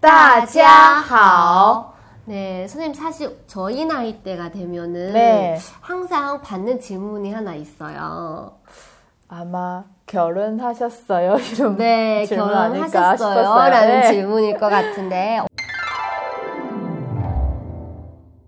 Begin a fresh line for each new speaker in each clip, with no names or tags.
大家好.
네, 선생님 사실 저희 나이 때가 되면은
네.
항상 받는 질문이 하나 있어요.
아마 결혼하셨어요? 이런
네,
음, 질문 아닐까 싶었어요.
결혼하셨어요라는
네.
질문일 것 같은데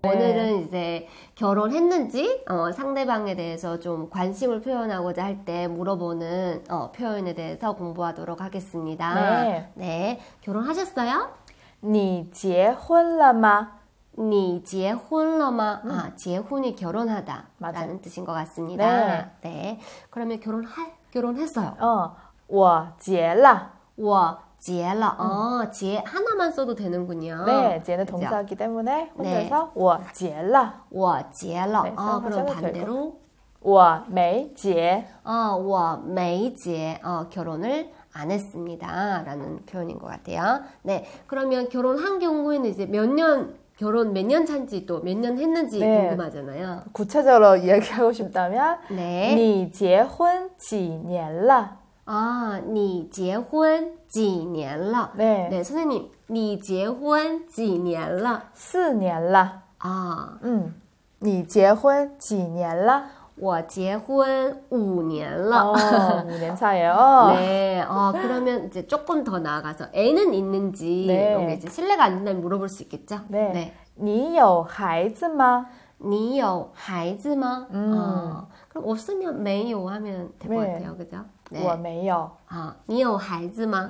네.
오늘은 이제 결혼했는지 어, 상대방에 대해서 좀 관심을 표현하고자 할 때 물어보는 어, 표현에 대해서 공부하도록 하겠습니다.
네.
네, 결혼하셨어요?
你结婚了吗?
你结婚了吗 아, 结婚이 결혼하다.
맞아요.
라는 뜻인 것 같습니다. 네. 그러면 결혼할, 결혼했어요.
어, 嗯我结了.
我结了. 어, 结 하나만 써도 되는군요.
네, 结는
그죠?
동사이기 때문에
네.
혼자서 我结了.
我结了.
네,
어, 그럼
써도
반대로
我没结.
어, 我没结. 어, 결혼을 안 했습니다. 라는 표현인 것 같아요. 네. 그러면 결혼한 경우에는 이제 몇 년, 결혼 몇 년 찬지 또 몇 년 했는지
네.
궁금하잖아요.
구체적으로 이야기하고 싶다면
네.
你结婚几年了?
아, 你结婚几年了?
네.
선생님, 你结婚几年了?
四年了.
아,
음. 你结婚几年了?
我结婚五年了.
5년 차예요.
네, 어, 그러면 이제 조금 더 나아가서 애는 있는지
네.
이런 게 이제 신뢰가 안 된다면 물어볼 수 있겠죠?
네. 你有孩子吗?
你有孩子吗?
음.
어, 그럼 없으면 没有 하면 될 것
네.
같아요, 그죠? 네.
我没有.
아, 你有孩子吗?
음,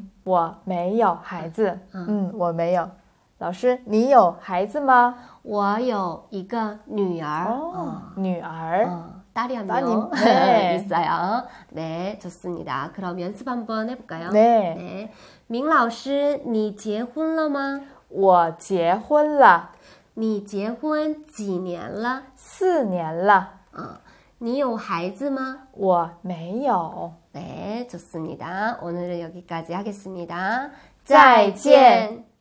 嗯我没有孩子. 음, 我没有.老师,你有孩子吗?
我有一个女儿. 어.
어, 女儿.
어, 딸이 한
딸이-
명
네.
있어요. 네, 좋습니다. 그럼 연습 한번 해볼까요?
네.
민老师,你结婚了吗
我结婚了,
你结婚几年了
四年了.
啊你有孩子吗
我没有.
네, 좋습니다. 오늘은 여기까지 하겠습니다.
再见。